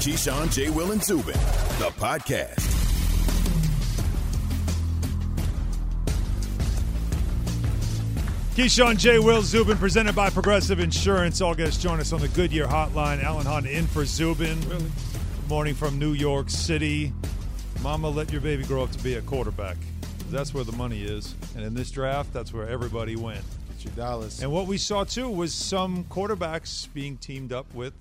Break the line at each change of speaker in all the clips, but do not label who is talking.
Keyshawn, J. Will, and Zubin, the podcast.
Keyshawn J. Will Zubin, presented by Progressive Insurance. All guests join us on the Goodyear Hotline. Alan Hunt in for Zubin. Good morning from New York City. Mama, let your baby grow up to be a quarterback. That's where the money is. And in this draft, that's where everybody went.
Get your dollars.
And what we saw too was some quarterbacks being teamed up with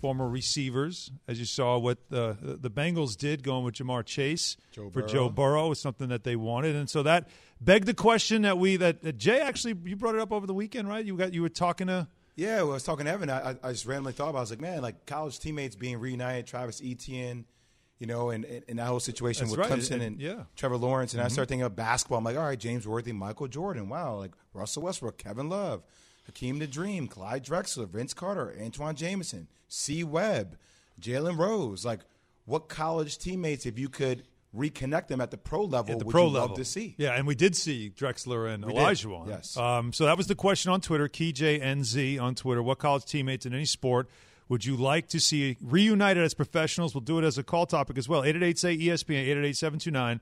former receivers, as you saw what the the Bengals did going with Jamar Chase
Joe
for
Burrow.
Joe Burrow was something that they wanted, and so that begged the question that we that, that Jay actually you brought it up over the weekend, right? You got you were talking to
Yeah, well, I was talking to Evan. I, I- I just randomly thought about. it. I was like, man, like college teammates being reunited, Travis Etienne, you know, and, and, and that whole situation
That's
with
right,
Clemson
and-
and,
yeah. Mm-hmm.
Trevor Lawrence. And I started thinking about basketball. I'm like, all right, James Worthy, Michael Jordan, wow, like Russell Westbrook, Kevin Love, Hakeem the Dream, Clyde Drexler, Vince Carter, Antoine Jameson, C. Webb, Jalen Rose. Like, what college teammates, if you could reconnect them at the pro level,
at the
would
pro
you
level
love to see?
Yeah, and we did see Drexler and
did,
Elijah on.
yes.
Um, so that was the question on Twitter, KJNZ on Twitter. What college teammates in any sport would you like to see reunited as professionals? We'll do it as a call topic as well. 888 say E ESPN, 888 729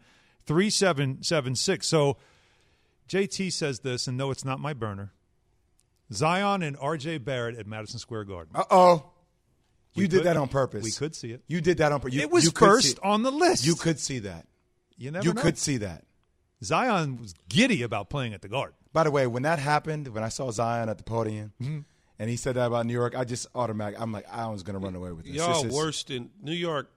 3776. So JT says this, and no, it's not my burner. Zion and RJ Barrett at Madison Square Garden.
Uh oh.
We
You did
could-
that on purpose.
we could see it.
You did that on purpose.
it was first on the list.
You could see that.
you, never
you
know.
could see that.
Zion was giddy about playing at the Garden.
By the way, when that happened, when I saw Zion at the podium, and he said that about New York, I just automatic. I'm like, I was going to run away with this.
Y'all
This is-
worse than New York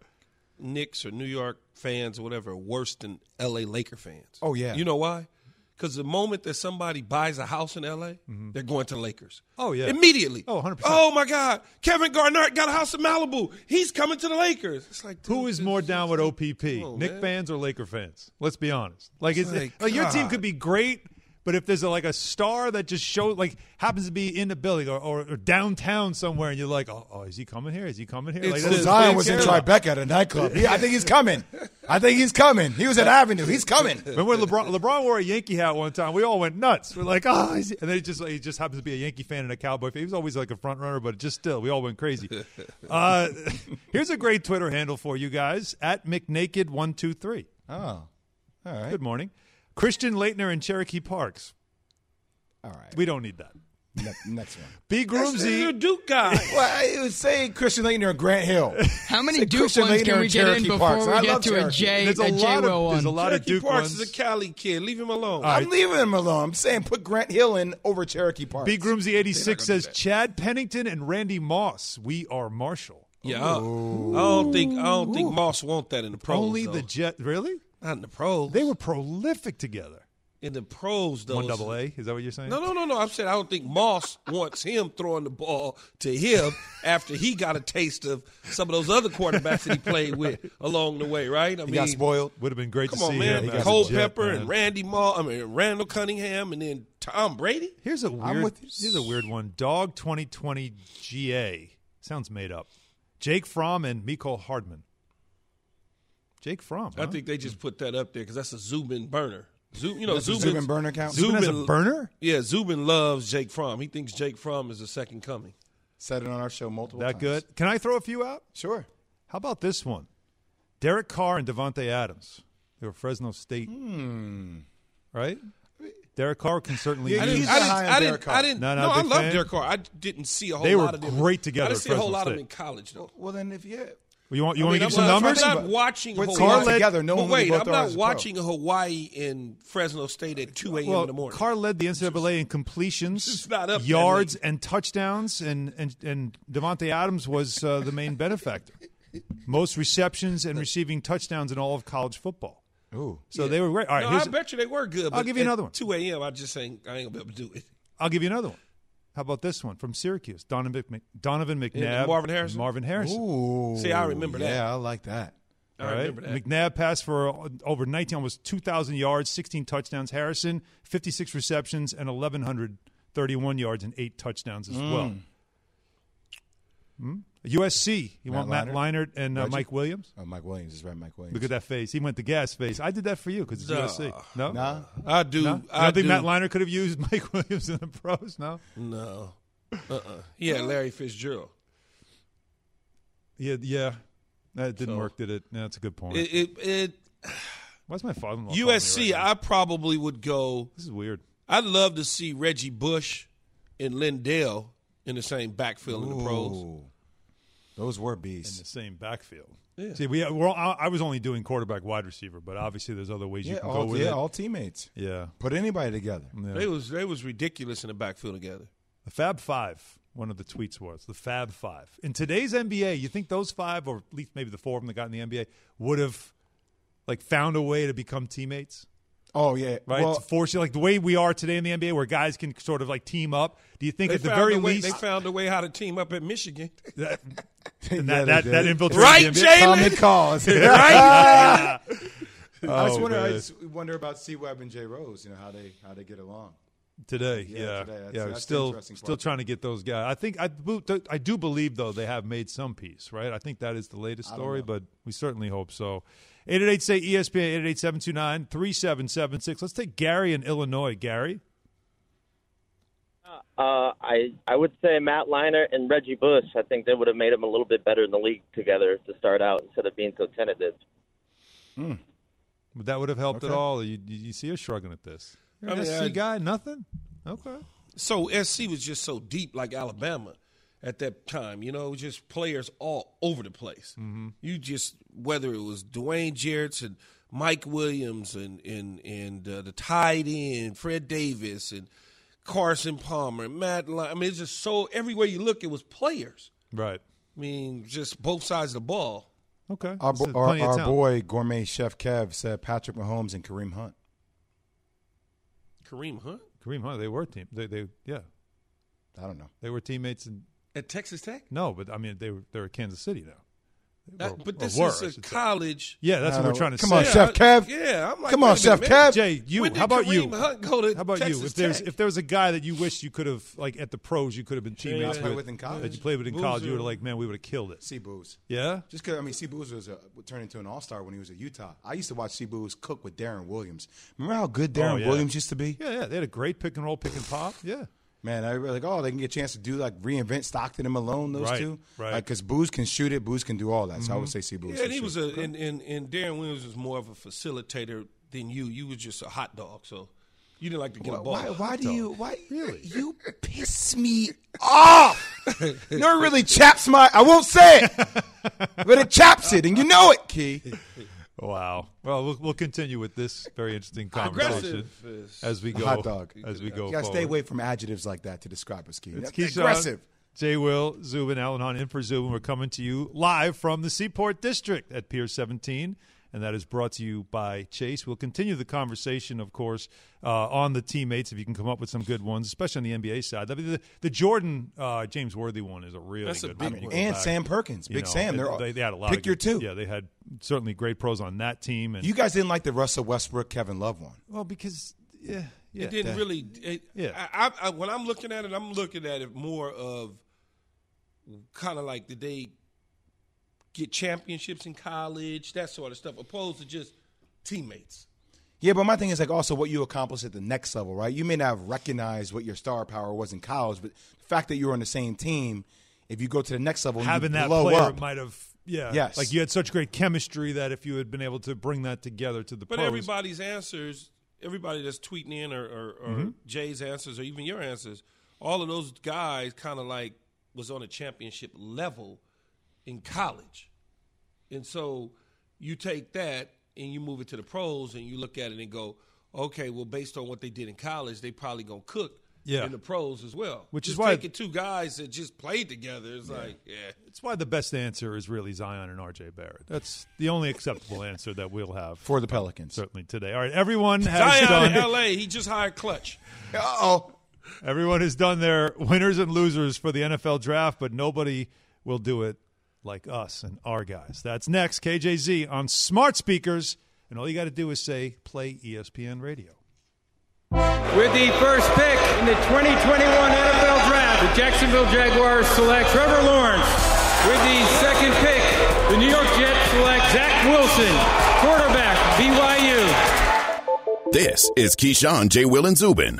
Knicks or New York fans or whatever, worse than L.A. Laker fans.
Oh, yeah.
You know why? Because the moment that somebody buys a house in L.A., they're going to Lakers.
Mm-hmm. Oh, yeah.
Immediately.
Oh, 100%.
Oh, my God. Kevin Garnett got a house in Malibu. He's coming to the Lakers. It's like,
Who
dude,
is
this-
more down with OPP,
on,
Nick
man.
fans or Laker fans? Let's be honest. Like, it's,
My
like your team
God.
could be great, but if there's a, like a star that just shows, like happens to be in the building or, or, or downtown somewhere, and you're like, oh, oh, is he coming here? Is he coming here? Like,
It's
that's-
the-
Zion was in
Carolina.
Tribeca at a nightclub. He, I think he's coming. I think he's coming. He was at Avenue. He's coming.
Remember when LeBron, LeBron wore a Yankee hat one time? We all went nuts. We're like, oh, is he-" and then he just he just happens to be a Yankee fan and a Cowboy fan. He was always like a front runner, but just still, we all went crazy. Uh, here's a great Twitter handle for you guys at McNaked one two three.
Oh, all right,
Good morning. Christian Leitner in Cherokee Parks.
all right.
We don't need that.
Ne- next one.
B.
This is your
Groomsy.
Duke guy.
Well, I would say Christian Leitner and Grant Hill.
How many
Say
Duke
Christian
ones
Leitner
can we
and
get
Cherokee
in before
Parks. I
we
love
get to a
Cherokee.
J,
There's a
a J
lot
Will
of there's a
one?
lot of
Jackie
Duke
Parks
ones. Uh,
is a Cali kid. Leave him alone.
right.
I'm leaving him alone. I'm saying put Grant Hill in over Cherokee Park.
B. Groomsy eighty six says Chad Pennington and Randy Moss. We are Marshall.
Yeah, uh, I, I don't think I don't think Moss want that in the pros.
Only
though.
the Jet. Really?
not in the pros.
They were prolific together.
in the pros though.
One double A. Is that what you're saying?
No, no, no, no. I'm saying I don't think Moss wants him throwing the ball to him after he got a taste of some of those other quarterbacks that he played with along the way, right? I
He got spoiled.
Would have been great
Come
to see
on,
him.
man.
as a
Cole
Jet,
Pepper
man.
and Randy Moss. I mean Randall Cunningham and then Tom Brady.
Here's a
I'm
weird.
with you.
here's a weird one. Dog 2020 GA sounds made up. Jake Fromm and Miko Hardman. Jake Fromm.
I
huh?
think they just put that up there because that's a Zubin burner. Zu- you know,
Does the
Zubin's-
Zubin burner count?
Zubin has a burner.
Yeah, Zubin loves Jake Fromm. He thinks Jake Fromm is the second coming.
Said it on our show multiple
That
times.
good? Can I throw a few out?
Sure.
How about this one? Derek Carr and Devontae Adams. They were Fresno State.
Hmm.
Right? Derek Carr can certainly
Yeah,
I
use-
didn't.
He's
I
not
didn't,
high on
I
Derek
didn't,
Carr.
I didn't.
No,
No,
no,
I
big
love
fan.
Derek Carr. I didn't see a whole
They were
lot of them.
great together
I didn't
at
see a whole
Fresno
lot
State.
of them in college though.
Well, then if you
You want you want to give
I'm
some
not-
numbers?
I'm not watching
With
Hawaii.
Carr
But
together, no
but
one would
wait,
both
I'm
are
not
as a pro.
watching Hawaii and Fresno State at 2 a.m. in the
Well,
morning.
Carr led the NCAA in completions,
It's not up there,
yards, and touchdowns, and and and Devontae Adams was uh, the main benefactor, most receptions and receiving touchdowns in all of college football.
Ooh.
So they were great. All right,
no, I
here's,
bet you they were good. But
I'll give you
at
another one.
2 a.m. I just ain't. I ain't gonna be able to do it.
I'll give you another one. How about this one from Syracuse? Donovan, Mc, Donovan McNabb,
Marvin Harrison?
Marvin Harrison.
Ooh.
See, I remember that.
Yeah, I like that.
I
All right.
remember that.
McNabb passed for uh, over 19, almost 2,000 yards, 16 touchdowns. Harrison, 56 receptions and 1,131 yards and eight touchdowns as well.
Mm.
Hmm? USC, you want Matt
Matt
Leinart and uh,
Reggie?
Mike Williams?
Oh, Mike Williams is right. Mike Williams.
Look at that face. He went the gas face. I did that for you because it's
Nah.
USC. No?
Nah.
I do.
No? You
I
don't think
do.
Matt Leinart could have used Mike Williams in the pros? No?
Uh-uh. No. Uh. uh Yeah, Larry Fitzgerald.
Yeah, yeah. That didn't work, did it? No, that's a good point.
It, it, it,
Why's my father-in-law? calling me
USC,
right now?
I probably would go.
this is weird.
I'd love to see Reggie Bush and Lindell in the same backfield in the pros.
Ooh. Those were beasts.
The same backfield. See, we we're, all- I I was only doing quarterback, wide receiver, but obviously there's other ways you
yeah,
can go
all,
with
yeah,
it.
all teammates.
yeah,
Put anybody together.
They was they was ridiculous in the backfield together.
the Fab Five. One of the tweets was the Fab Five. In today's NBA, you think those five, or at least maybe the four of them that got in the NBA, would have like found a way to become teammates,
Oh yeah,
right?
Well,
to force you like the way we are today in the NBA, where guys can sort of like team up. Do you think
They
at the
found
very
a way,
least
they found a way how to team up at Michigan.
that and that
Yeah, they
that,
did.
that infiltrated
Right,
the NBA?
Jalen?
common cause. I
right?
just wonder. I
Oh, man.
just wonder about C Web and J Rose. You know how they how they get along.
today. Yeah,
Yeah,
yeah,
today. That's-
we're
that's the
still
interesting part.
still trying to get those guys. I think I bo- I do believe though they have made some peace, right? I think that is the latest story, but we certainly hope so. Eight eight eight say E ESPN 888-729-3776. Let's take Gary in Illinois. Gary,
Uh, I I would say Matt Leinart and Reggie Bush. I think they would have made him a little bit better in the league together to start out instead of being so tentative.
would that would have helped at
Okay.
all? You, you you see us shrugging at this. You're an
I mean,
SC
I-
guy, nothing. Okay,
So SC was just so deep, like Alabama, at that time. You know, it was just players all over the place. Mm-hmm. You just whether it was Dwayne Jarrett's and Mike Williams and and and uh, the tight end Fred Davis and Carson Palmer and Matt. Lyon. I mean, it's just so everywhere you look, it was players.
right.
I mean, just both sides of the ball.
Okay,
Our,
So
bo- our,
plenty of
our
talent.
boy gourmet chef Kev said Patrick Mahomes and Kareem Hunt.
Kareem Hunt
Kareem Hunt. They were team. They they yeah.
I don't know.
They were teammates in
at Texas Tech.
no, but I mean they were they're at Kansas City now.
That-
Or- or
but this
were, I
is a
should say.
college.
Yeah, that's
No,
what we're
no.
trying to
Come
say.
on,
Yeah,
Chef
I-
Kev.
Yeah, I'm like,
Come on,
wait a minute,
Chef
man.
Kev.
Jay, you.
When did
How about
Kareem
you?
Hunt go to
How about
Texas
you? If there's
Tech?
if there was a guy that you wish you could have like at the pros, you could have been teammates
I played
with,
with in college.
that you played with in
Bulls
college, you
are-
would have like, man, we would have killed it.
See Booze.
Yeah,
Just because I mean, C Booze was a, turned into an all star when he was at Utah. I used to watch C Booze cook with Darren Williams. Remember how good Darren
Oh, yeah.
Williams used to be?
yeah, yeah. They had a great pick and roll, pick and pop. Yeah,
Man, I really like. Oh, they can get a chance to do like reinvent Stockton and Malone. Those
Right,
two,
right. Mm-hmm.
Because Booze can shoot it. Booze can do all that. So I would say C Booze.
Yeah, and he was a and, and, and Darren Williams was more of a facilitator than you. You was just a hot dog, so you didn't like to get a ball.
Why, why do you? Why really? You piss me off. no, it really chaps my. I won't say it, but it chaps it, and you know it, Key.
wow. Well, we'll, we'll continue with this very interesting conversation
Aggressive.
as we go.
Hot dog.
As we go.
You gotta
forward.
stay away from adjectives like that to describe us, Key.
It's
That's
Keyshawn,
aggressive.
Jay Will, Zubin, Alan Hahn, in for Zubin. We're coming to you live from the Seaport District at Pier 17, and that is brought to you by Chase. We'll continue the conversation, of course, uh, on the teammates, if you can come up with some good ones, especially on the NBA side. I mean, the, the Jordan uh, James Worthy one is a really
That's a
good
big
one.
one.
You go
And
back,
Sam Perkins,
you
Big
know,
Sam. They're all,
they, they had a lot
Pick
of
your
good-
two.
Yeah, they had certainly great pros on that team. And
You guys didn't like the Russell Westbrook, Kevin Love one.
Well, because, yeah. yeah.
It didn't really. It,
Yeah.
I, I, I, when I'm looking at it, I'm looking at it more of kind of like did they get championships in college, that sort of stuff, opposed to just teammates.
Yeah, but my thing is like also what you accomplish at the next level, right? You may not have recognized what your star power was in college, but the fact that you were on the same team, if you go to the next level, and
having
you
that
blow
player
up.
might have yeah
Yes.
like you had such great chemistry that if you had been able to bring that together to the
But
pros,
everybody's answers, everybody that's tweeting in or, or, or
Mm-hmm.
Jay's answers or even your answers, all of those guys kind of like was on a championship level in college. And so you take that and you move it to the pros and you look at it and go, okay, well, based on what they did in college, they probably going to cook
Yeah.
in the pros as well.
Which is
Just
why-
taking two guys that just played together, it's like, yeah.
that's why the best answer is really Zion and RJ Barrett. That's the only acceptable answer that we'll have
for the Pelicans.
certainly today. All right, everyone has
Zion in
done
L.A., he just hired Clutch.
Uh-oh.
everyone has done their winners and losers for the NFL draft, but nobody will do it like us and our guys. That's next KJZ on smart speakers, and all you got to do is say play E ESPN Radio.
With the first pick in the 2021 NFL Draft, the Jacksonville Jaguars select Trevor Lawrence. With the second pick, the New York Jets select Zach Wilson, quarterback, BYU.
This is Keyshawn, J. Will, and Zubin.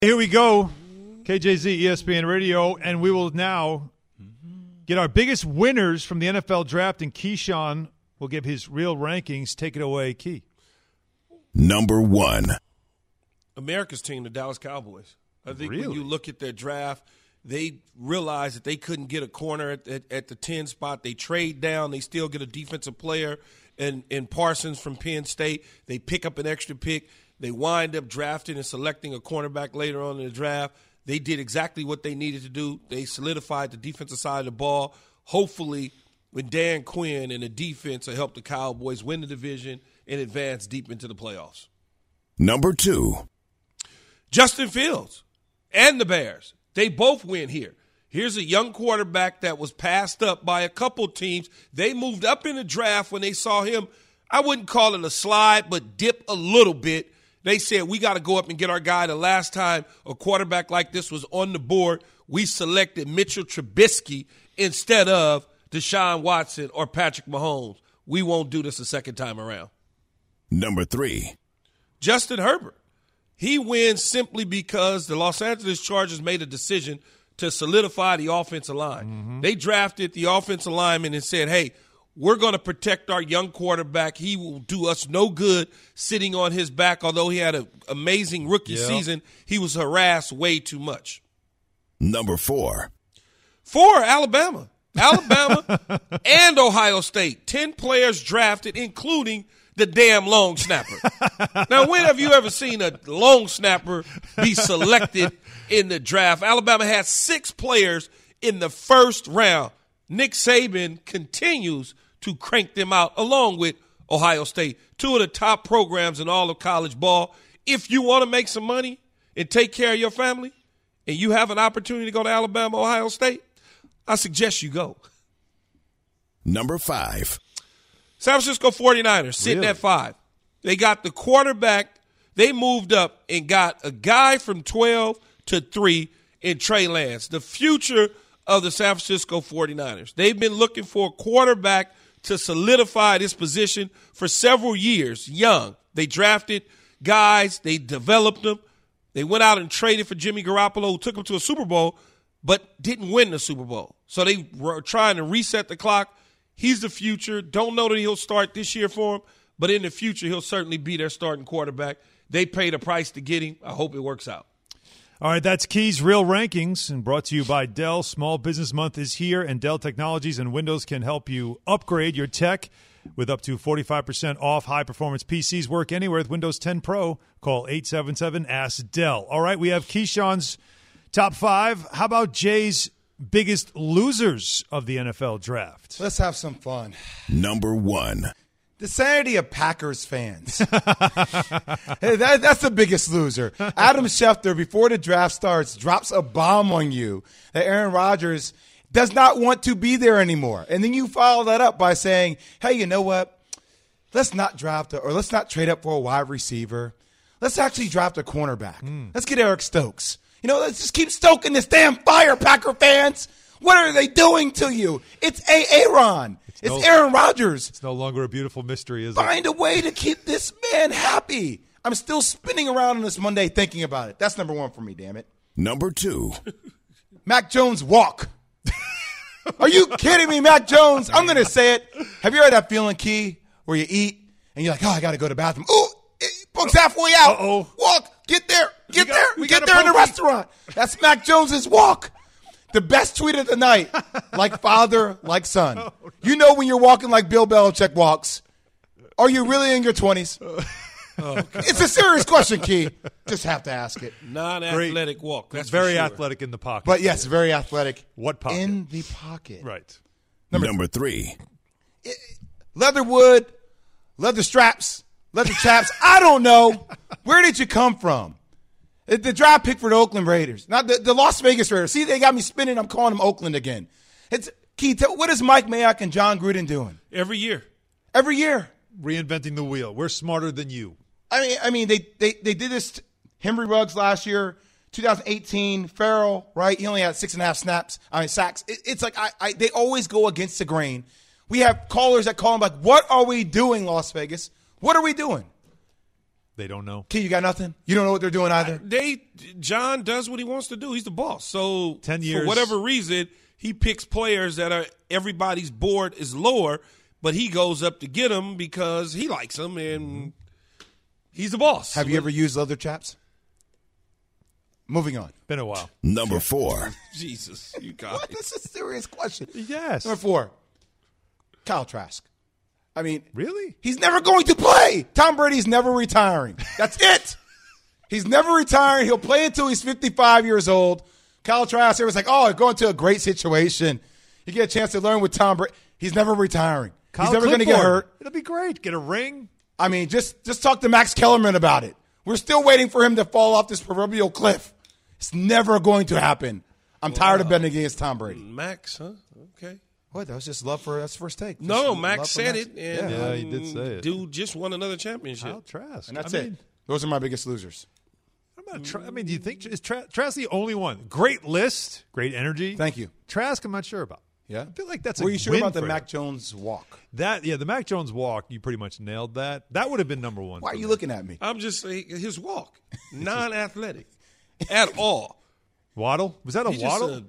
Here we go. KJZ ESPN Radio, and we will now get our biggest winners from the NFL draft, and Keyshawn will give his real rankings. Take it away, Key.
Number one.
America's team, the Dallas Cowboys. I think when
Really?
you look at their draft, they realize that they couldn't get a corner at, at, at the 10 spot. They trade down, they still get a defensive player and, and Parsons from Penn State. They pick up an extra pick. They wind up drafting and selecting a cornerback later on in the draft. They did exactly what they needed to do. They solidified the defensive side of the ball. Hopefully, when Dan Quinn and the defense will help the Cowboys win the division and advance deep into the playoffs.
Number two.
Justin Fields and the Bears. They both win here. Here's a young quarterback that was passed up by a couple teams. They moved up in the draft when they saw him. I wouldn't call it a slide, but dip a little bit. They said, we got to go up and get our guy. The last time a quarterback like this was on the board, we selected Mitchell Trubisky instead of Deshaun Watson or Patrick Mahomes. We won't do this a second time around.
Number three.
Justin Herbert. He wins simply because the Los Angeles Chargers made a decision to solidify the offensive line. They drafted the offensive lineman and said, hey, we're going to protect our young quarterback. He will do us no good sitting on his back. Although he had an amazing rookie season, he was harassed way too much.
Number four.
Four, Alabama. Alabama and Ohio State. Ten players drafted, including the damn long snapper. now, when have you ever seen a long snapper be selected in the draft? Alabama had six players in the first round. Nick Saban continues to crank them out, along with Ohio State, two of the top programs in all of college ball. If you want to make some money and take care of your family, and you have an opportunity to go to Alabama, Ohio State, I suggest you go.
Number five.
San Francisco 49ers sitting at five. They got the quarterback. They moved up and got a guy from 12 to 3 in Trey Lance, the future of the San Francisco 49ers. They've been looking for a quarterback to solidify this position for several years, young. They drafted guys, they developed them. They went out and traded for Jimmy Garoppolo, who took him to a Super Bowl, but didn't win the Super Bowl. So they were trying to reset the clock. He's the future. Don't know that he'll start this year for him, but in the future, he'll certainly be their starting quarterback. They paid a price to get him. I hope it works out.
All right, that's Key's Real Rankings, and brought to you by Dell. Small Business Month is here, and Dell Technologies and Windows can help you upgrade your tech with up to 45% off high performance PCs. Work anywhere with Windows 10 Pro. Call 877 Ask Dell. E All right, we have Keyshawn's top five. How about Jay's biggest losers of the NFL draft?
Let's have some fun.
Number one.
The sanity of Packers fans. Hey, that- that's the biggest loser. Adam Schefter, before the draft starts, drops a bomb on you that Aaron Rodgers does not want to be there anymore. And then you follow that up by saying, hey, you know what? Let's not draft a, or let's not trade up for a wide receiver. Let's actually draft a cornerback. Let's get Eric Stokes. You know, let's just keep stoking this damn fire, Packer fans. What are they doing to you? It's Aaron. It's,
no-
Aaron Rodgers.
It's no longer a beautiful mystery, is it?
Find a way to keep this man happy. I'm still spinning around on this Monday thinking about it. That's number one for me, damn it.
Number two.
Mac Jones walk. Are you kidding me, Mac Jones? I'm gonna say it. Have you ever had that feeling, Key, where you eat and you're like, oh, I gotta go to the bathroom. Ooh, it books halfway out.
Uh-oh.
Walk. Get there. Get
got-
there.
we
get
got a
there in the
bogey.
restaurant. That's Mac Jones's walk. The best tweet of the night. Like father, like son.
Oh,
You know when you're walking like Bill Belichick walks. Are you really in your twenties?
Oh,
it's a serious question, Key. Just have to ask it.
Non-athletic walk. That's for
very
sure.
athletic in the pocket.
But yes, very athletic.
What pocket?
In the pocket.
right.
Number, three.
leather wood, leather straps, leather chaps. I don't know. Where did you come from? The- The draft pick for the Oakland Raiders, not the, the Las Vegas Raiders. See, they got me spinning. I'm calling them Oakland again. It's Keith. tell- What is Mike Mayock and John Gruden doing
Every year.
every year?
Reinventing the wheel. We're smarter than you.
I mean, I mean, they they they did this. to Henry Ruggs last year, 2018. Farrell, right? He only had six and a half snaps. I mean, sacks. It, it's like I, I they always go against the grain. We have callers that call them like, "What are we doing, Las Vegas? What are we doing?"
They don't know.
Key, you got nothing. You don't know what they're doing either.
They John does what he wants to do. He's the boss. So
10
for
years.
whatever reason, he picks players that are everybody's board is lower, but he goes up to get them because he likes them and
Mm-hmm.
he's the boss.
Have you ever used leather chaps? Moving on.
Been a while.
Number four.
Jesus, you guys.
That's a serious question.
Yes.
Number four, Kyle Trask. I mean,
Really?
he's never going to play. Tom Brady's never retiring. That's it. he's never retiring. He'll play until he's 55 years old. Kyle Trask, everyone's like, oh, going to a great situation. You get a chance to learn with Tom Brady. He's never retiring.
Kyle
he's never going to get
Clifford.
hurt.
It'll be great. Get a ring.
I mean, just just talk to Max Kellerman about it. We're still waiting for him to fall off this proverbial cliff. It's never going to happen. I'm tired of betting against Tom Brady.
Max, huh? Okay.
What? That was just love for that's the first take.
No, Max said it, and
Yeah, he
um,
did say it.
Dude just won another championship.
Kyle Trask.
and that's
I
it.
mean,
Those are my biggest losers.
I'm not. Tra- I mean, do you think is Tra- Trask the only one? Great list. Great energy.
Thank you.
Trask, I'm not sure about.
Yeah,
I feel like that's.
Were
a
you sure
win
about the
for
Mac
him.
Jones walk?
That yeah, the Mac Jones walk. You pretty much nailed that. That would have been number one.
Why are
for
you
me.
looking at me?
I'm just saying his walk, non-athletic at all.
Waddle? Was that a
He just,
waddle?
uh,
Is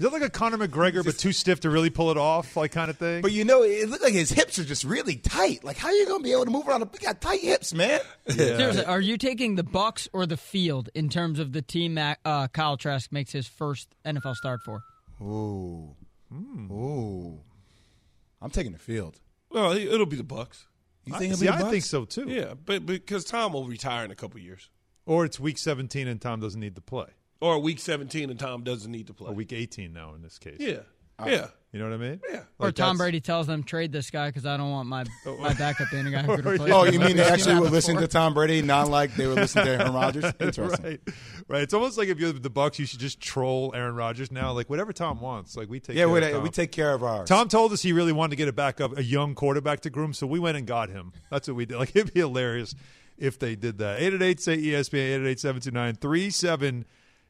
that like a Conor McGregor, but too stiff to really pull it off, like kind of thing?
But you know, it looked like his hips are just really tight. Like, how are you going to be able to move around? We got tight hips, man.
Seriously, are you taking the Bucks or the field in terms of the team that uh, Kyle Trask makes his first NFL start for?
Ooh, ooh. Hmm. I'm taking the field.
Well, he- it'll be the Bucks.
You
I-
think it'll be
see,
the
I
Bucs?
think so too.
Yeah, but because Tom will retire in a couple years,
Or it's week 17 and Tom doesn't need to play.
or week 17, and Tom doesn't need to play.
Or week 18 now in this case.
yeah, yeah.
You know what I mean?
Yeah.
Or
Like
Tom
that's-
Brady tells them trade this guy because I don't want my my backup being a guy who could replace.
Oh,
him."
you mean they
We've seen
actually
that
would listen
before.
to Tom Brady, not like they would listen to Aaron Rodgers? Interesting.
Right, right. It's almost like if you're the Bucks, you should just troll Aaron Rodgers now. Like whatever Tom wants, like we take.
Yeah,
care
we,
of Tom.
we take care of ours.
Tom told us he really wanted to get a backup, a young quarterback to groom, so we went and got him. That's what we did. Like it'd be hilarious if they did that. Eight eight eight say E ESPN eight eight eight seven two nine three seven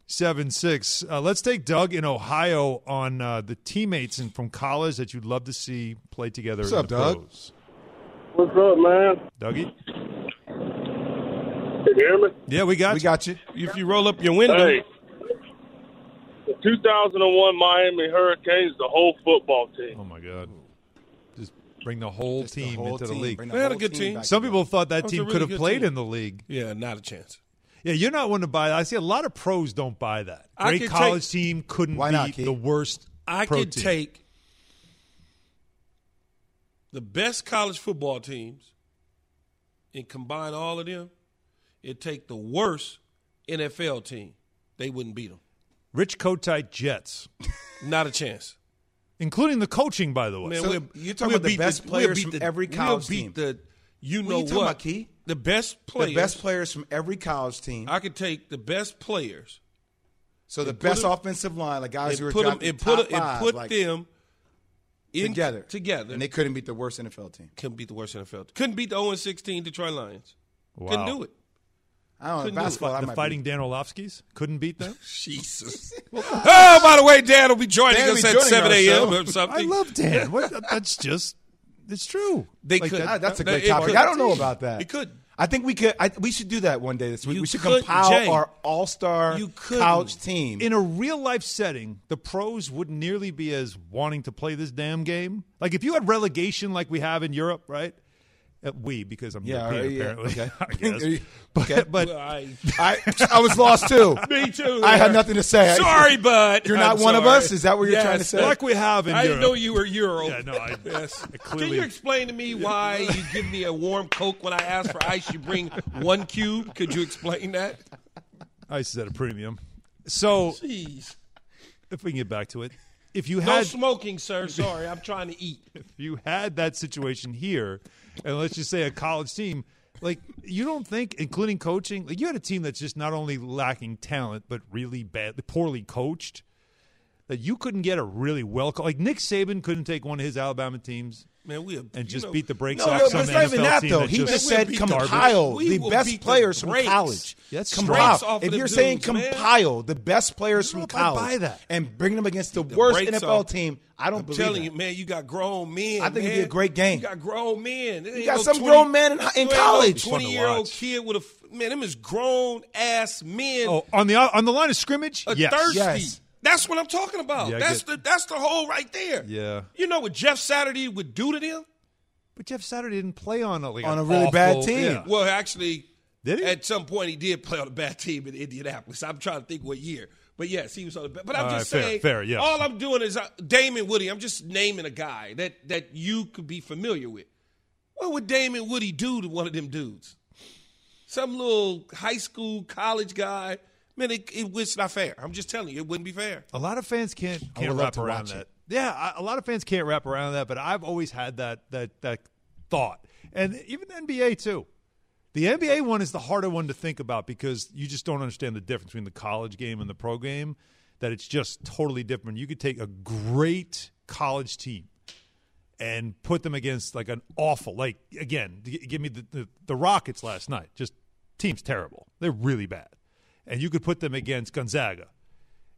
seven six. Uh, let's take Doug in Ohio on uh, the teammates and from college that you'd love to see play together. What's in
up,
the
Doug?
pros.
What's up, man?
Dougie?
Can you hear me?
Yeah, we got
we
you.
got you.
If you roll up your window,
Hey, the 2001 Miami Hurricanes, the whole football team.
Oh my God! Just bring the whole
Just the
team
whole
into the
team.
league.
Bring
They had a
whole
good team.
back
Some
together.
people thought that
That's
team
a really
could have
good
played
team.
in the league.
yeah, not a chance.
Yeah, you're not one to buy that. I see a lot of pros don't buy that.
I
Great
could
college team couldn't
Why
be
not, Keith?
the worst.
I
pro
could
team.
take the best college football teams and combine all of them. It take the worst NFL team. They wouldn't beat them.
Rich Kotite Jets,
Not a chance.
including the coaching, by the way.
Man,
So
we'll-
you're talking
we'll
about the
beat
best
we'll
players
beat
from every college
we'll
team.
Beat the you
What
know
are you
what?
talking about, Key?
The best players.
The best players from every college team.
I could take the best players
so the
and put
best
them-
offensive line, like guys
and
who were
put them
drafted
and put,
top
them- and
five,
put
like,
them in,
together,
Together,
and they couldn't beat the worst NFL team.
oh couldn't beat the worst NFL. Couldn't beat the 0 16 Detroit Lions. Couldn't do it.
I don't know.
Couldn't do it.
basketball, I
the
might
fighting Dan Olofskis couldn't beat them.
Jesus. oh, by the way, Dan will be joining
Dan will
us
be
at
joining
7
our
a.m.
show.
or something.
I love Dan. What, that's just it's true.
They could.
Be, Ah, that's a
No,
great
it
topic.
could.
I don't know about that.
It could.
I think we could. I, we should do that one day this week.
You
we should
couldn't,
compile
Jay.
our all-star
You couldn't.
couch team.
in a real life setting, the pros wouldn't nearly be as wanting to play this damn game. Like if you had relegation like we have in Europe, right? Uh, we because I'm
Yeah,
European
all right,
apparently.
yeah,
I guess.
okay.
But
Okay.
but
I,
I, I was lost too.
me too.
I had nothing to say.
Sorry, bud.
You're not
I'm
one of
sorry.
us? Is that what you're trying to
Yes,
say?
like we have in
I
Europe.
didn't know you were Euro.
Yeah, no, I-
yes.
I clearly-
Can you explain to me why you give me a warm Coke when I ask for ice? You bring one cube. Could you explain that?
ice is at a premium. So
Jeez.
if we can get back to it, if you
No
had
smoking, sir. Sorry, I'm trying to eat.
if you had that situation here, and let's just say a college team, like you don't think, including coaching, like you had a team that's just not only lacking talent but really bad, poorly coached, that you couldn't get a really well, co- like Nick Saban couldn't take one of his Alabama teams
Man, we
and just beat the brakes
No,
off
no,
some
but it's not
NFL
even that
team
though.
that
He
just,
just
Man,
said
we'll beat the
compile
brakes.
the
We will
best
beat the
players from
brakes.
college.
That's
compile.
straight off
If
of
you're
the
saying
dudes, man.
compile the best players from
know if I
college
buy that.
and bring them against the, worst
brakes
NFL
off.
team, I don't
I'm
believe
telling
that.
you, man, you got grown men.
I think it'd be
man.
a great game.
You got grown men. You
got some grown men in- in college. It's
fun to
Twenty year old
watch.
kid with a f- man. Them is grown ass men.
oh, on the on the line of scrimmage,
a
yes.
thirsty.
Yes.
That's what I'm talking about.
Yeah, I
that's
get-
the that's the whole right there.
Yeah.
You know what Jeff Saturday would do to them?
But Jeff Saturday didn't play on a, like
On
an
a really bad
awful-
team.
yeah.
Well, actually,
Did he?
at some point he did play on a bad team in Indianapolis. I'm trying to think what year. But yes, he was on the bad. But I'm
All
just
right, fair,
saying,
fair, yes.
all I'm doing is uh, Damon Woody. I'm just naming a guy that that you could be familiar with. What would Damon Woody do to one of them dudes? Some little high school, college guy. Man, it, it, it's not fair. I'm just telling you, it wouldn't be fair.
A lot of fans can't
I
can't
would love
wrap
to
around
watch
that.
it.
Yeah, I, a lot of fans can't wrap around that. But I've always had that that that thought, and even the NBA too. The NBA one is the harder one to think about because you just don't understand the difference between the college game and the pro game. That it's just totally different. You could take a great college team and put them against like an awful, like again, g- give me the, the the Rockets last night. Just team's terrible. They're really bad, and you could put them against Gonzaga,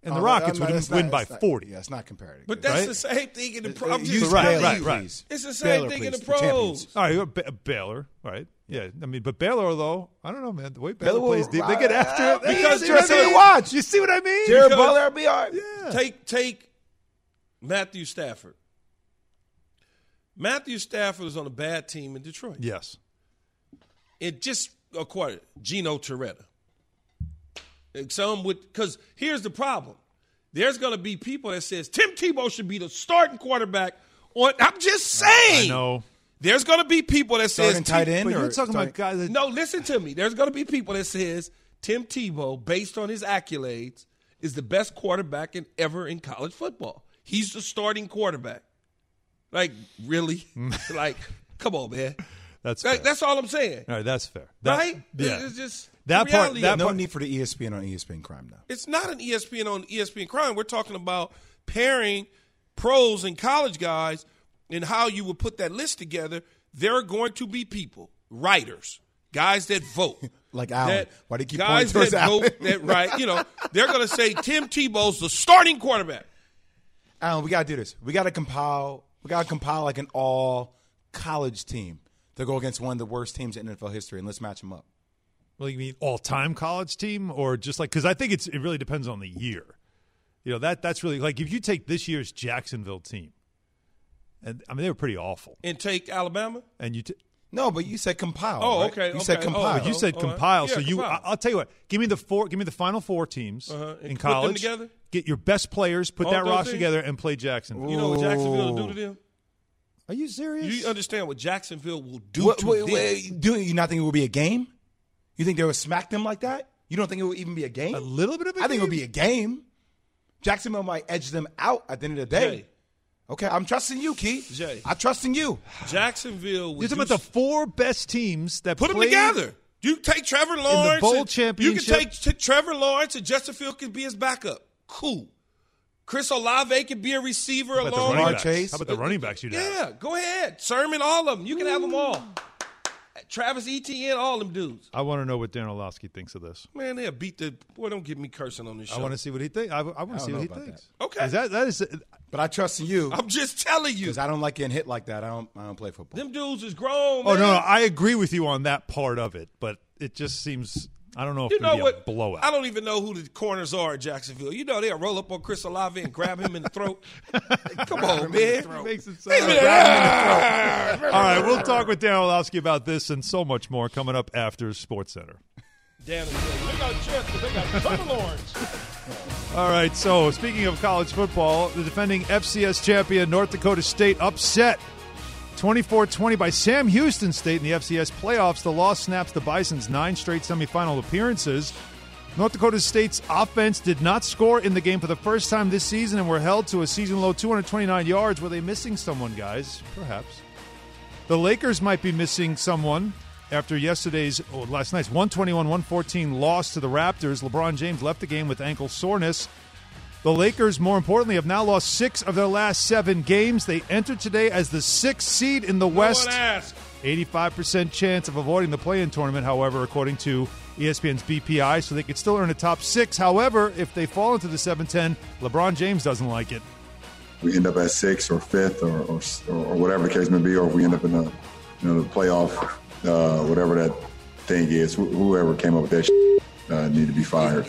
and the
Oh, No, no,
Rockets
no,
would
that's
win
not-
by
that's not-
forty.
Yeah, it's not comparative.
But that's
Right?
the same thing in the
Uh,
pro. I'm
use
just
Right,
telling
Baylor,
right,
you.
right.
please.
It's the same
Baylor,
thing in
please,
the
champions.
pros.
All right, you're B- Baylor, right? Yeah, I mean, but Baylor though, I don't know, man. The way Bayller
Baylor
plays
will
deep, they get
ri-
after it
because
You
you're
see what I
saying
mean?
watch.
You see what I mean?
Jared
Because-
Butler, will be all right.
Yeah.
Take take Matthew Stafford. Matthew Stafford was on a bad team in Detroit.
yes,
It just acquired Gino Toretta. And some would because here's the problem. There's gonna be people that says Tim Tebow should be the starting quarterback on I'm just saying
I know.
there's gonna be people that says
Starting tight
Tim-
end.
But
or
you're talking
starting-
about guys. That,
No, listen to me. There's going to be people that says Tim Tebow, based on his accolades, is the best quarterback in ever in college football. He's the starting quarterback. Like really? like, come on, man.
that's fair.
Like, that's all I'm saying.
all right. That's fair. That-
right?
Yeah.
It's just
That part-
the reality
that
of it.
part-
No need for the E ESPN on ESPN crime now.
It's not an E ESPN on ESPN crime. We're talking about pairing pros and college guys and how you would put that list together. There are going to be people, writers, guys that vote.
Like Allen. Why do you keep pointing
guys
towards
that
Allen?
vote that right, you know, they're gonna say Tim Tebow's the starting quarterback.
Alan, Uh, we gotta do this. We gotta compile. We gotta compile like an all college team to go against one of the worst teams in NFL history, and let's match them up.
Well, you mean all time college team or just like because I think it's it really depends on the year. You know that that's really like if you take this year's Jacksonville team, and I mean they were pretty awful.
And take Alabama.
And you t-
No, but you said compile.
Oh,
right?
okay,
You said
okay. Oh,
compile.
you said
all right.
compile,
Yeah,
so you
compile.
I, will tell you what, give me the four, give me the final four teams
Uh-huh,
in
and put them
college
together?
Get your best players, put
All
that
those
roster
teams?
together, and play Jacksonville.
You know what Jacksonville will do to them?
Are you serious?
You understand what Jacksonville will do
What-
to
wait,
them.
wait, do you not think it would be a game? You think they would smack them like that? You don't think it would even be a game?
a little bit of a
I think it would
game?
be a game. Jacksonville might edge them out at the end of the day.
Jay.
Okay, I'm trusting you, Keith.
Jay.
I'm trusting you.
Jacksonville will
You're talking
do
about the four best teams that
Put them
played-
together. You take Trevor Lawrence.
bowl
and- You
championship.
can take t- Trevor Lawrence and Justin Field can be his backup. Cool. Chris Olave can be a receiver
How about the
along.
running
Jamar
backs?
Chase.
How about the running backs? You'd have?
Yeah, go ahead. Sermon, all of them. You can have them all. Travis Etienne, all them dudes.
I want to know what Dan Orlovsky thinks of this.
Man, they'll beat the boy. Don't get me cursing on this show.
I want to see what he thinks. I, I want
don't
to see
know
what he
about
thinks.
Okay.
Is that that is uh,
But I trust in you
I'm just telling you,
because I don't like getting hit like that. I don't. I don't play football.
them dudes is grown.
Oh no,
man.
no, I agree with you on that part of it, but it just seems I don't know if
You
it's gonna
know
be
what?
a blowout.
I don't even know who the corners are at Jacksonville. You know they'll roll up on Chris Olave and grab him in the throat. Come on, man.
Makes it
They've
sound-
been-
All right, we'll talk with Dan Orlovsky about this and so much more coming up after Sports Center.
Dan, they got chips, but they got summerlorns.
All right, so speaking of college football, the defending FCS champion North Dakota State upset 24 20 by Sam Houston State in the FCS playoffs. The loss snaps the Bison's nine straight semifinal appearances. North Dakota State's offense did not score in the game for the first time this season and were held to a season low 229 yards. Were they missing someone, guys? Perhaps. The Lakers might be missing someone after yesterday's, oh, last night's 121 114 loss to the Raptors. LeBron James left the game with ankle soreness. The Lakers, more importantly, have now lost six of their last seven games. They entered today as the sixth seed in the West.
Don't ask.
85% chance of avoiding the play in tournament, however, according to E ESPN's BPI, so they could still earn a top six. However, if they fall into the 7 10, LeBron James doesn't like it.
we end up at sixth or fifth or, or, or whatever the case may be, or if we end up in the, you know, the playoff, uh, whatever that thing is, wh- whoever came up with that shit, uh, need to be fired.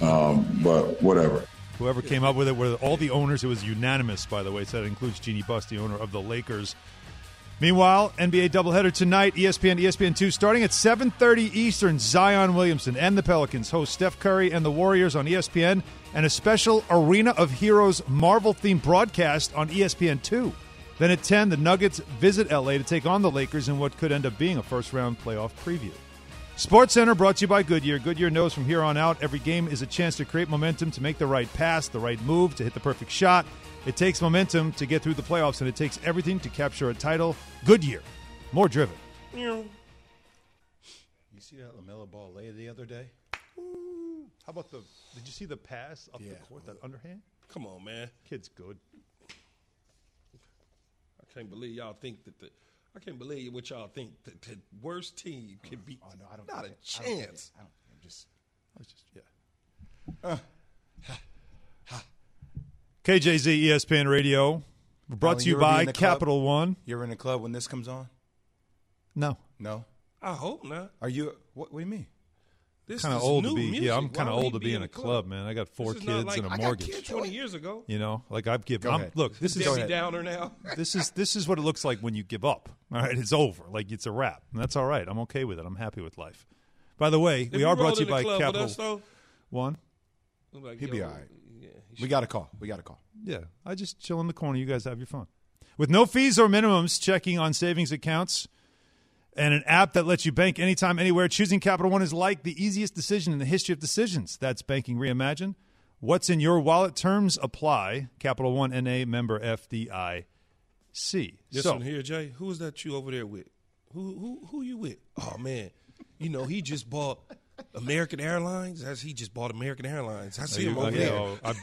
Um, but whatever.
Whoever came up with it were all the owners. It was unanimous, by the way. So that includes Jeannie Buss, the owner of the Lakers. Meanwhile, NBA doubleheader tonight, E ESPN, ESPN2, starting at 7.30 Eastern, Zion Williamson and the Pelicans host Steph Curry and the Warriors on E ESPN and a special Arena of Heroes Marvel-themed broadcast on E ESPN2. Then at 10, the Nuggets visit LA to take on the Lakers in what could end up being a first-round playoff preview. Sports Center brought to you by Goodyear. Goodyear knows from here on out every game is a chance to create momentum to make the right pass, the right move, to hit the perfect shot. It takes momentum to get through the playoffs, and it takes everything to capture a title. Goodyear, more driven.
You see that Lamella Ball lay the other day?
How about the? Did you see the pass up the court, that underhand?
Come on, man.
Kid's good.
I can't believe y'all think that the. I can't believe what y'all think that the worst team
Oh,
can beat. not a chance.
I don't. I'm just.
KJZ ESPN Radio, brought
Alan,
to you
you ever be
by
in the club?
Capital One.
You're in the club when this comes on?
No,
No.
I hope not.
Are you? What? What do you mean?
This
kind of
is
old
new
to be.
music.
Yeah, I'm
Why
kind of
would
old
he
to be in a club, man. I got four
This is
kids
not like-
and a
I got
mortgage.
kids Twenty years ago.
You know, like I've given.
Go
I'm,
ahead.
look, this is
Debbie Downer now.
this is this is what it looks like when you give up. All right, it's over. Like it's a wrap. And that's all right. I'm okay with it. I'm happy with life. By the way,
If
we are
roll
brought to
in
you
the
by
club with
Capital
us, though,
One.
I'm like,
He'll be
yo,
all right.
yeah,
We got a call. We got a call.
Yeah, I just chill in the corner. You guys have your fun. With no fees or minimums, checking on savings accounts, and an app that lets you bank anytime, anywhere, choosing Capital One is like the easiest decision in the history of decisions. That's banking reimagined. What's in your wallet? Terms apply. Capital One NA member FDIC.
This
so,
one here, Jay. Who is that you over there with? Who who who you with? Oh man, you know he just bought American Airlines. That's he just bought American Airlines. I see him over
Okay,
there.
oh, I've,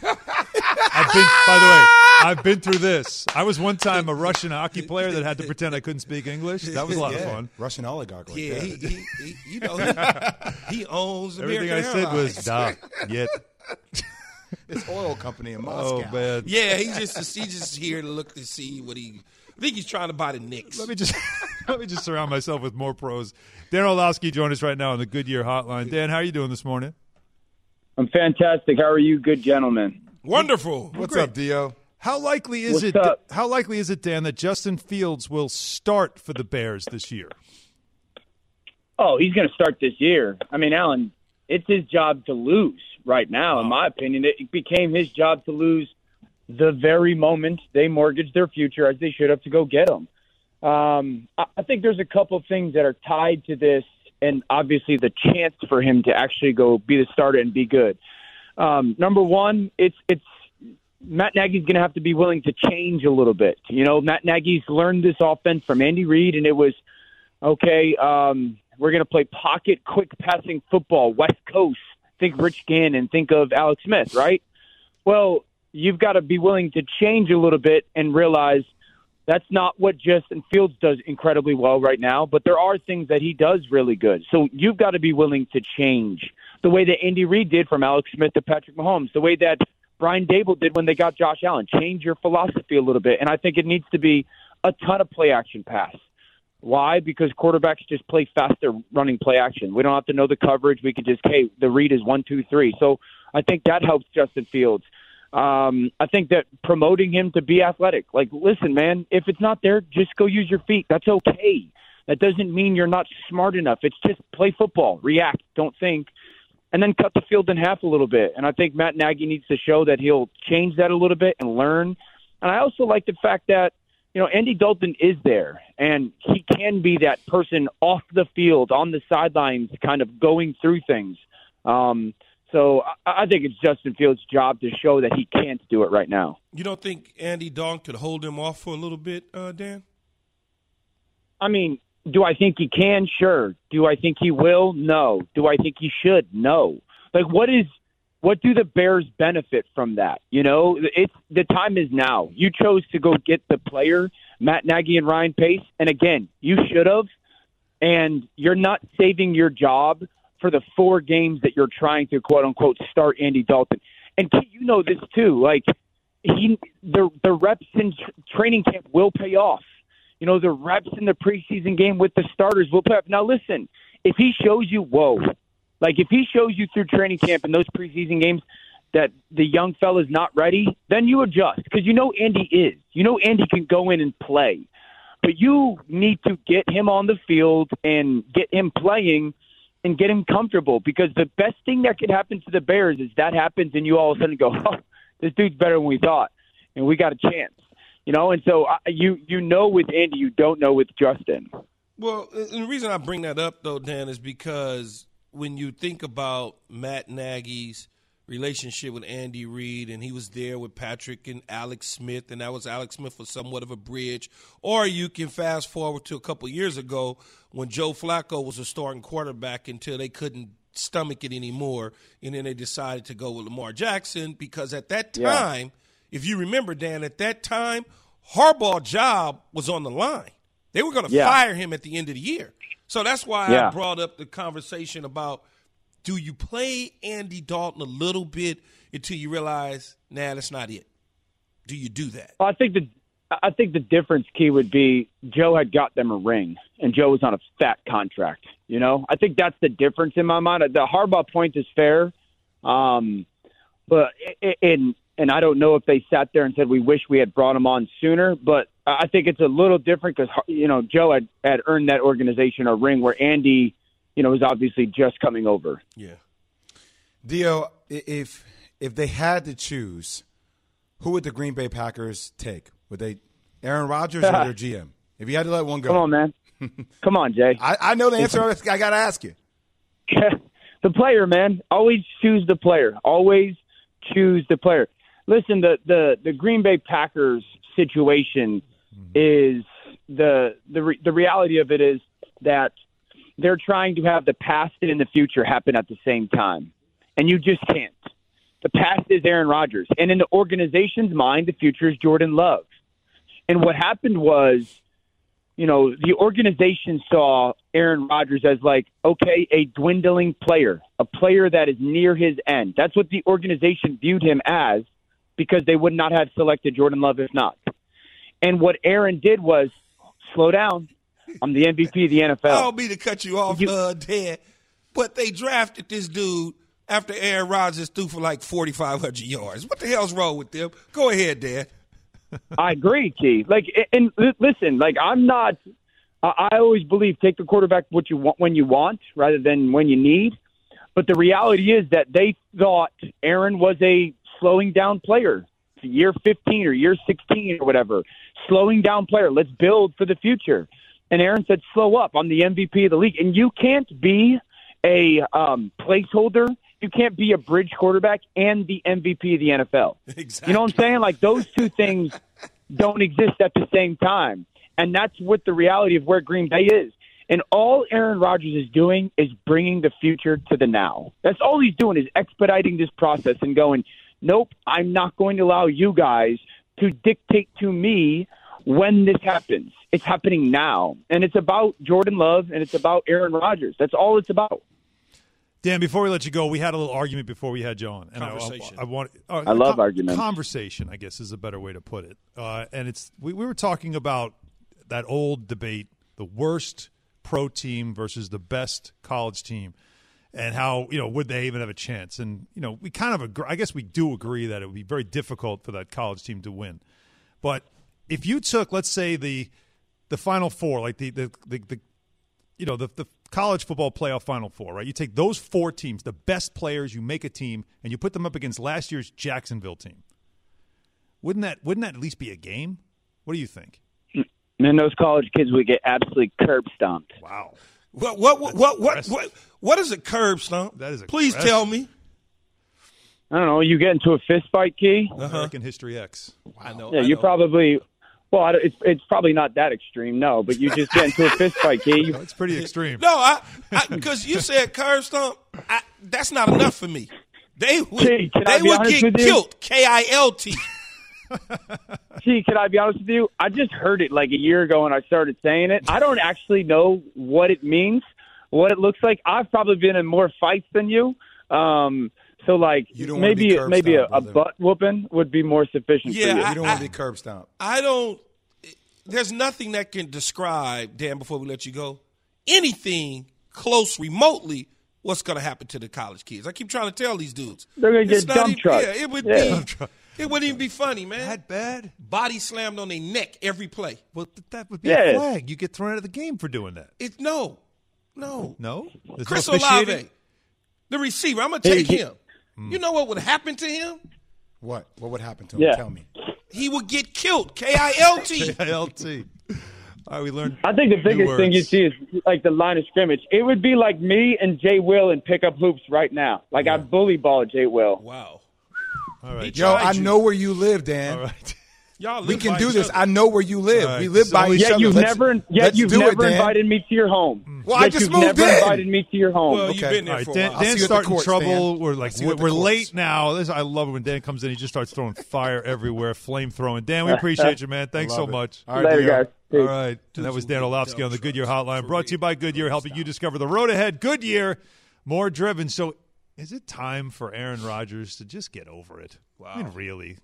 I've been, by the way, I've been through this. I was one time a Russian hockey player that had to pretend I couldn't speak English. That was a lot of
Yeah,
fun.
Russian oligarch. Like
Yeah,
that.
he, he, he you know he, he owns
Everything I
American
said was
Airlines.
da, yet.
this oil company in
Oh,
Moscow.
man.
yeah, he just he just here to look to see what he. I think he's trying to buy the Knicks.
Let me just let me just surround myself with more pros. Dan Orlowski joined us right now on the Goodyear Hotline. Dan, how are you doing this morning?
I'm fantastic. How are you, good gentlemen?
Wonderful.
What's up, Dio?
How likely is
What's
it?
up?
How likely is it, Dan, that Justin Fields will start for the Bears this year?
Oh, he's going to start this year. I mean, Alan, it's his job to lose right now, in my opinion. It became his job to lose the very moment they mortgaged their future as they should have to go get him. Um, I I think there's a couple things that are tied to this, and obviously the chance for him to actually go be the starter and be good. Um, number one, it's it's Matt Nagy's going to have to be willing to change a little bit. You know, Matt Nagy's learned this offense from Andy Reid, and it was okay, um, we're going to play pocket, quick passing football, West Coast. Think Rich Gannon, think of Alex Smith, right? Well, you've got to be willing to change a little bit and realize That's not what Justin Fields does incredibly well right now, but there are things that he does really good. So you've got to be willing to change the way that Andy Reid did from Alex Smith to Patrick Mahomes, the way that Brian Dable did when they got Josh Allen. Change your philosophy a little bit. And I think it needs to be a ton of play action pass. Why? Because quarterbacks just play faster running play action. We don't have to know the coverage. We can just, hey, the read is one, two, three. So I think that helps Justin Fields. Um, I think that promoting him to be athletic, like, listen, man, if it's not there, just go use your feet. That's okay. That doesn't mean you're not smart enough. It's just play football, react, don't think, and then cut the field in half a little bit. And I think Matt Nagy needs to show that he'll change that a little bit and learn. And I also like the fact that, you know, Andy Dalton is there and he can be that person off the field, on the sidelines, kind of going through things. Um, so I, I think it's Justin Fields' job to show that he can't do it right now.
You don't think Andy Dalton could hold him off for a little bit, uh, Dan?
I mean, do I think he can? Sure. Do I think he will? No. Do I think he should? No. Like, what is, what do the Bears benefit from that? You know, it's the time is now. You chose to go get the player, Matt Nagy and Ryan Pace, and again, you should have. And you're not saving your job for the four games that you're trying to quote unquote start Andy Dalton. And Keith, you know this too. Like he, the the reps in tr- training camp will pay off. You know the reps in the preseason game with the starters will pay off. Now listen, if he shows you, whoa, like if he shows you through training camp and those preseason games that the young fella's not ready, then you adjust because you know Andy is. You know Andy can go in and play. But you need to get him on the field and get him playing and get him comfortable because the best thing that could happen to the Bears is that happens and you all of a sudden go, oh, this dude's better than we thought, and we got a chance, you know. And so I, you you know with Andy, you don't know with Justin.
Well, and the reason I bring that up though, Dan, is because when you think about Matt Nagy's relationship with Andy Reid, and he was there with Patrick and Alex Smith, and that was Alex Smith was somewhat of a bridge. Or you can fast forward to a couple years ago when Joe Flacco was a starting quarterback until they couldn't stomach it anymore, and then they decided to go with Lamar Jackson because at that
Yeah.
time, if you remember, Dan, at that time, Harbaugh's job was on the line. They were going to
Yeah.
fire him at the end of the year. So that's why I
Yeah.
brought up the conversation about do you play Andy Dalton a little bit until you realize, nah, that's not it? Do you do that?
Well, I think the I think the difference key would be Joe had got them a ring, and Joe was on a fat contract. You know, I think that's the difference in my mind. The Harbaugh point is fair, um, but i- i- and and I don't know if they sat there and said we wish we had brought him on sooner, but I I think it's a little different because you know Joe had had earned that organization a ring where Andy, you know, was obviously just coming over.
Yeah.
Dio, i- if if they had to choose, who would the Green Bay Packers take? Would they Aaron Rodgers or their GM? If you had to let one go,
Come on, man. Come on, Jay.
I, I know the answer. I got to ask you.
the player, man. Always choose the player. Always choose the player. Listen, the the the Green Bay Packers situation is the the re, the reality of it is that they're trying to have the past and the future happen at the same time, and you just can't. The past is Aaron Rodgers, and in the organization's mind, the future is Jordan Love. And what happened was you know, the organization saw Aaron Rodgers as like, okay, a dwindling player, a player that is near his end. That's what the organization viewed him as because they would not have selected Jordan Love if not. And what Aaron did was slow down. I'm the MVP of the NFL.
I don't mean to cut you off, uh, Dan, but they drafted this dude after Aaron Rodgers threw for like 4,500 yards. What the hell's wrong with them? Go ahead, Dan.
I agree, Keith. Like, and li- listen, like I'm not. I I always believe take the quarterback what you want when you want rather than when you need. But the reality is that they thought Aaron was a slowing down player, year 15 or year 16 or whatever, slowing down player. Let's build for the future. And Aaron said, "Slow up. I'm the MVP of the league, and you can't be a um, placeholder. You can't be a bridge quarterback and the MVP of the NFL.
Exactly.
You know what I'm saying? Like those two things don't exist at the same time. And that's what the reality of where Green Bay is. And all Aaron Rodgers is doing is bringing the future to the now. That's all he's doing is expediting this process and going, nope, I'm not going to allow you guys to dictate to me when this happens. It's happening now. And it's about Jordan Love and it's about Aaron Rodgers. That's all it's about.
Dan, before we let you go, we had a little argument before we had you on. And I-
Conversation.
I, I, want. uh,
I love
con-
arguments.
Conversation, I guess, is a better way to put it. Uh, and it's we, we were talking about that old debate: the worst pro team versus the best college team, and how you know would they even have a chance? And you know, we kind of agree. I guess we do agree that it would be very difficult for that college team to win. But if you took, let's say the the final four, like the the the, the you know the the college football playoff final four, right? You take those four teams, the best players, you make a team, and you put them up against last year's Jacksonville team. Wouldn't that wouldn't that at least be a game? What do you think?
Man, those college kids would get absolutely curb stomped.
Wow.
What what what what what, what what is a curb stomp? That is a please
aggressive.
tell me.
I don't know. You get into a fist fight, Key?
American History X.
Uh-huh. I know.
Yeah,
I
you
know.
probably. Well, I don't- it's it's probably not that extreme, no. But you just get into a fist fight, Key. You-
It's pretty extreme.
No, I because you said curb stomp. I, that's not enough for me. They would
Gee, can I
they
be
would
honest
get
with you?
killed. K I L T.
Gee, can I be honest with you? I just heard it like a year ago and I started saying it. I don't actually know what it means, what it looks like. I've probably been in more fights than you. Um, so like
You don't wanna be
maybe
curb
maybe a,
stomped,
a
brother.
butt whooping would be more sufficient for you.
Yeah,
You don't want to be curb stomped.
I don't. There's nothing that can describe Dan. Before we let you go, anything close remotely. What's going to happen to the college kids? I keep trying to tell these dudes.
They're gonna
It's
get
not
dump
even-
trucked.
Yeah, it would
Yeah.
be. It wouldn't even be funny, man.
That bad?
Body slammed on their neck every play.
Well, th- that would be a
Yes.
flag. You get thrown out of the game for doing that.
It's no, no.
No, There's no
Chris
officiating?
Olave, the receiver. I'm gonna
Hey,
take
he-
him. You know what would happen to him?
What? What would happen to him?
Yeah.
Tell me.
He would get killed. K I L T.
KILT. All right, we learned.
I think the biggest thing you
words.
see is like the line of scrimmage. It would be like me and Jay Will and pick up hoops right now. Like I bully ball Jay Will.
Wow.
All right.
He
Yo,
tried
I
you.
know where you live, Dan.
All right.
Y'all live
We can
by
do
each
this.
other.
I know where you live.
All
We
right,
live
so
by each
Yeah,
Yet
other.
you've
Let's-
never, yet
let's
you've
do it,
never
Dan.
invited me to your home.
Well, I
Yet
just
you've
moved
never
in.
invited me to your home.
Well, you've
Okay.
been there
All right,
for a
Dan,
I'll
while.
see
Dan
you at the
starts
courts,
in trouble.
Dan.
We're
I'll
like
see you
we're,
at the
we're
courts.
late now. This, I love it when Dan comes in. He just starts throwing fire everywhere, flame throwing. Dan, we appreciate you, man. Thanks so
Love it.
much.
All right,
Later,
Leo.
guys.
All
Peace.
right. And that was Dan Olofsky on the Goodyear Hotline, brought to you by Goodyear, helping you discover the road ahead. Goodyear, more driven. So, is it time for Aaron Rodgers to just get over it? Wow. I mean, really?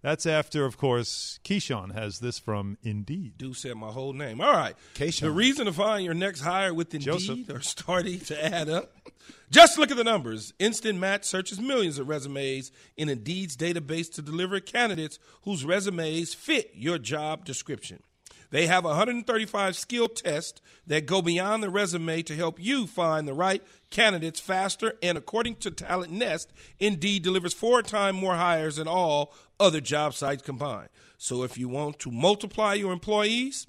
That's after, of course, Keyshawn has this from Indeed.
Dude said my whole name. All right.
Keyshawn.
The reason to find your next hire with Indeed
Joseph.
are starting to add up. Just look at the numbers. Instant Match searches millions of resumes in Indeed's database to deliver candidates whose resumes fit your job description. They have 135 skill tests that go beyond the resume to help you find the right candidates faster. And according to Talent Nest, Indeed delivers four times more hires than all other job sites combined. So if you want to multiply your employees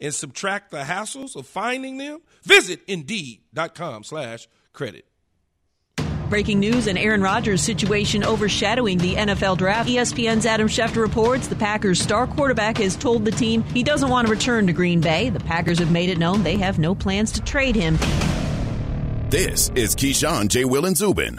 and subtract the hassles of finding them, visit Indeed.com slash credit.
Breaking news and Aaron Rodgers' situation overshadowing the NFL draft. E ESPN's Adam Schefter reports the Packers' star quarterback has told the team he doesn't want to return to Green Bay. The Packers have made it known they have no plans to trade him.
This is Keyshawn, J. Will, and Zubin.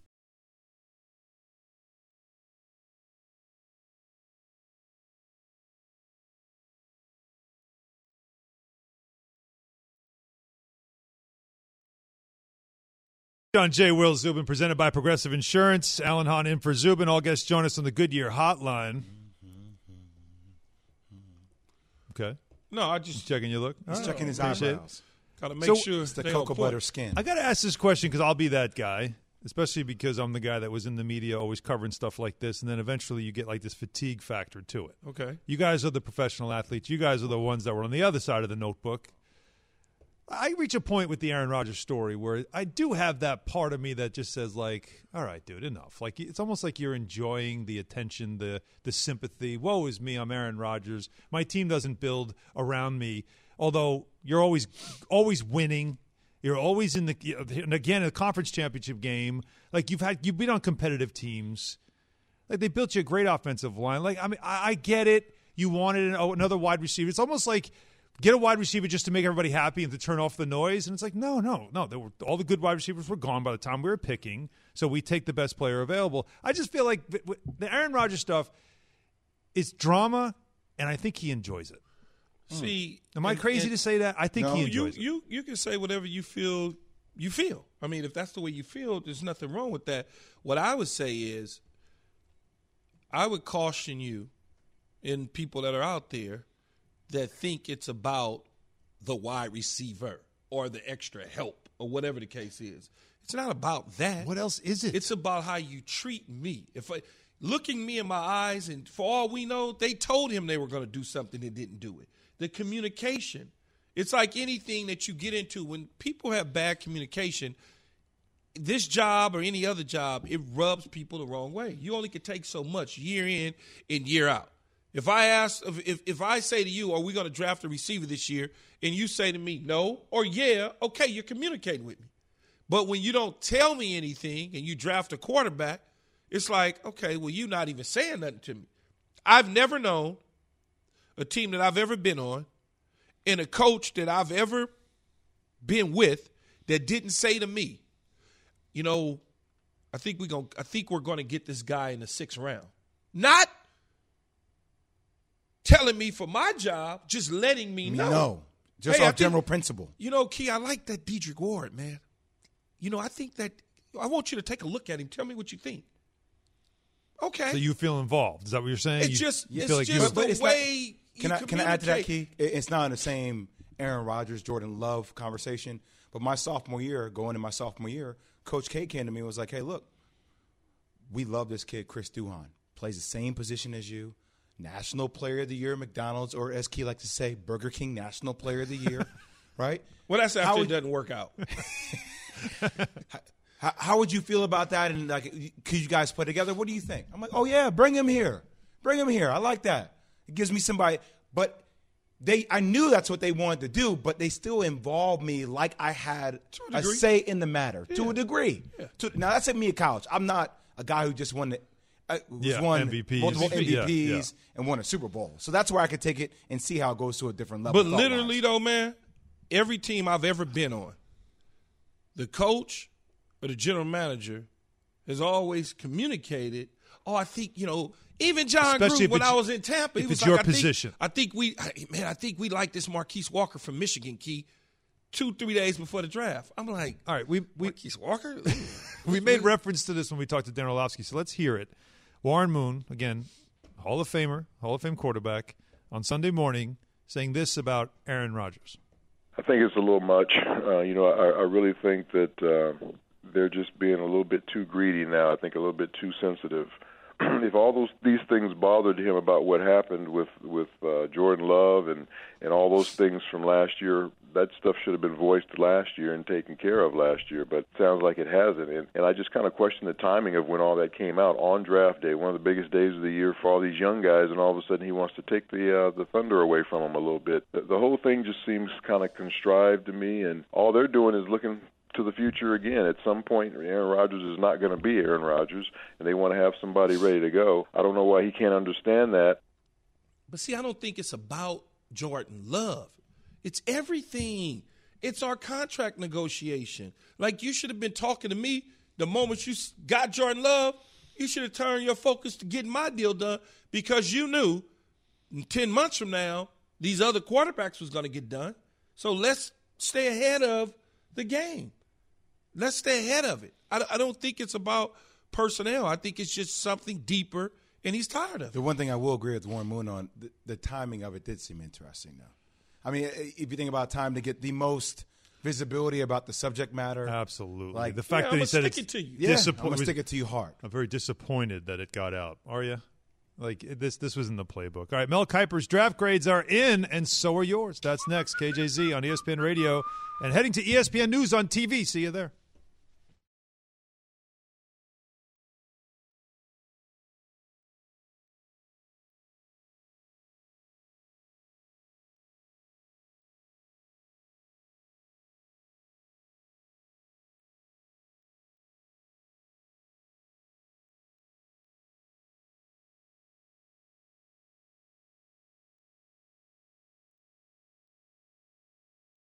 John J. Will Zubin, presented by Progressive Insurance. Alan Hahn in for Zubin. All guests join us on the Goodyear Hotline. Okay.
No, I just
checking your look.
He's
All
checking his
appreciate it.
eyebrows. Gotta make sure
It's the
they on
cocoa
point.
butter skin.
I got to ask this question because I'll be that guy, especially because I'm the guy that was in the media always covering stuff like this, and then eventually you get like this fatigue factor to it.
Okay.
You guys are the professional athletes. You guys are the ones that were on the other side of the notebook. I reach a point with the Aaron Rodgers story where I do have that part of me that just says like, "All right, dude, enough." Like it's almost like you're enjoying the attention, the the sympathy. Woe is me, I'm Aaron Rodgers. My team doesn't build around me. Although you're always always winning, you're always in the and again a conference championship game. Like you've had you've been on competitive teams. Like they built you a great offensive line. Like I mean, I, I get it. You wanted an, oh, another wide receiver. It's almost like get a wide receiver just to make everybody happy and to turn off the noise. And it's like no, no, no. There were, all the good wide receivers were gone by the time we were picking. So we take the best player available. I just feel like the, the Aaron Rodgers stuff is drama, and I think he enjoys it.
See,
am I
and-
crazy
and-
to say that? I think he enjoys
you,
it.
You you can say whatever you feel. You feel. I mean, if that's the way you feel, there's nothing wrong with that. What I would say is, I would caution you, and people that are out there that think it's about the wide receiver or the extra help or whatever the case is. It's not about that. What
else is it?
It's about how you treat me. If I looking me in my eyes and for all we know, they told him they were going to do something and didn't do it. The communication. It's like anything that you get into when people have bad communication, this job or any other job, it rubs people the wrong way. You only can take so much year in and year out. If I ask, if if, if I say to you, "Are we going to draft a receiver this year?" and you say to me, "No" or "Yeah," okay, you're communicating with me. But when you don't tell me anything and you draft a quarterback, it's like, okay, well, you're not even saying nothing to me. I've never known a team that I've ever been on and a coach that I've ever been with that didn't say to me, you know, I think we going I think we're gonna get this guy in the sixth round. Not telling me for my job, just letting me know.
No. Just
Hey, I
off
think-
general principle.
You know, Key, I like that Dedrick Ward, man. You know, I think that I want you to take a look at him. Tell me what you think. Okay.
So you feel involved? Is that what you're saying?
It's
You-
just-
you
it's
feel like
just
you-
the But it's not- way you
can I can I add to that key?
communicate.
It- it's not in the same Aaron Rodgers, Jordan Love conversation. But my sophomore year, going to my sophomore year, Coach K came to me and was like, "Hey, look, we love this kid, Chris Duhon. Plays the same position as you. National Player of the Year, McDonald's, or as Key likes to say, Burger King National Player of the Year, right?
Well, that's after
How
it
would-
doesn't work out.
How, how would you feel about that? And like, could you guys play together? What do you think? I'm like, oh yeah, bring him here, bring him here. I like that. It gives me somebody. But they, I knew that's what they wanted to do, but they still involved me like I had
a
a,
degree.
say in the matter to a degree. To- now that's at me at college. I'm not a guy who just won the. Uh, who's
Yeah,
won
MVPs.
multiple
Yeah,
MVPs
yeah.
and won a Super Bowl, so that's where I could take it and see how it goes to a different level.
But
thought-wise.
literally, though, man, every team I've ever been on, the coach or the general manager has always communicated. Oh, I think you know. Even John
Especially
Gruden,
if
when
it's-
I was in Tampa, he
if
was
it's
like,
your
I
position.
Think, I think we, I, man, I think we like this Marquise Walker from Michigan. Key, two, three days before the draft, I'm like,
all right, we, we
Marquise Walker.
we made reference to this when we talked to Dan Orlovsky, so let's hear it. Warren Moon, again, Hall of Famer, Hall of Fame quarterback, on Sunday morning saying this about Aaron Rodgers.
I think it's a little much. Uh, you know, I, I really think that uh, they're just being a little bit too greedy now. I think a little bit too sensitive. if all those these things bothered him about what happened with with uh, Jordan Love and and all those things from last year
that stuff should have been voiced last year and taken care of last year, but sounds like it hasn't. And, and I just kind of question the timing of when all that came out on draft day, one of the biggest days of the year for all these young guys, and all of a sudden he wants to take the uh, the thunder away from them a little bit. The, the whole thing just seems kind of contrived to me, and all they're doing is looking to the future again. At some point, Aaron Rodgers is not going to be Aaron Rodgers, and they want to have somebody ready to go. I don't know why he can't understand that.
But see, I don't think it's about Jordan Love. It's everything. It's our contract negotiation. Like you should have been talking to me the moment you s- got Jordan Love. You should have turned your focus to getting my deal done because you knew ten months from now these other quarterbacks was going to get done. So let's stay ahead of the game. Let's stay ahead of it. I, I don't think it's about personnel. I think it's just something deeper, and he's tired of it.
The one thing I will agree with Warren Moon on the, the timing of it did seem interesting, though. I mean, i- if you think about time to get the most visibility about the subject
Oh,
matter,
absolutely. The fact that he said it's
Yeah,
disappoint-
I'm gonna stick it to you hard.
I'm very disappointed that it got out. Are you? Like it- this? This was in the playbook. All right, Mel Kiper's draft grades are in, and E so are yours. That's next. KJZ on ESPN Radio, and heading to ESPN News on TV. See you there.